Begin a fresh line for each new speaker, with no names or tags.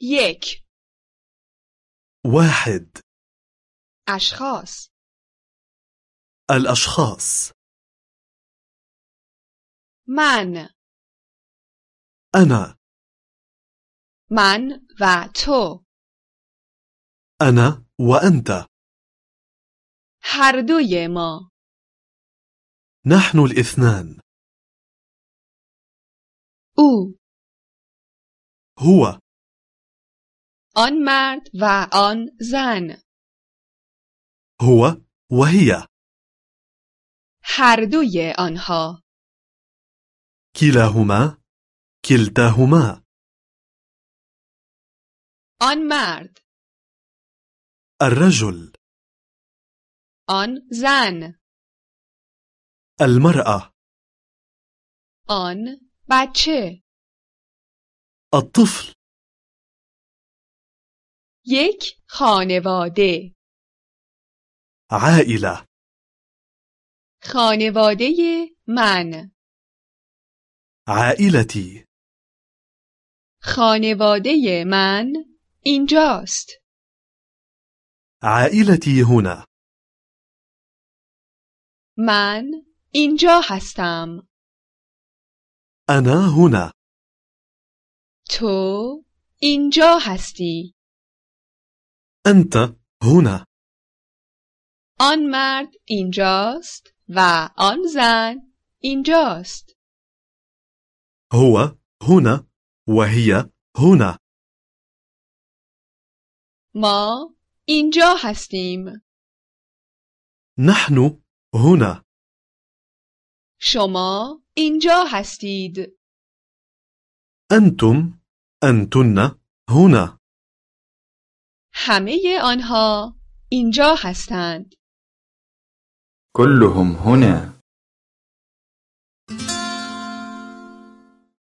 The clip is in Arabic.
یک
واحد
اشخاص
الأشخاص
من
أنا
من و تو
أنا وأنت
هر دوی ما
نحن الاثنان
او
هو
آن مرد و آن زن
هو وهي
هر دوی آنها
كلاهما كلتاهما
آن مرد
الرجل
آن زن
المرأة
آن بچه
الطفل
یک خانواده
عائلة
خانواده من
عائلتي
خانواده من اینجاست
عائلتي هنا
من اینجا هستم
أنا هنا
تو اینجا هستی
أنت هنا
آن مرد اینجاست و آن زن اینجاست
هو هنا وهي هنا
ما اینجا هستیم
نحن هنا
شما اینجا هستید
أنتم أنتن هنا
همه آنها اینجا هستند
كلهم هنا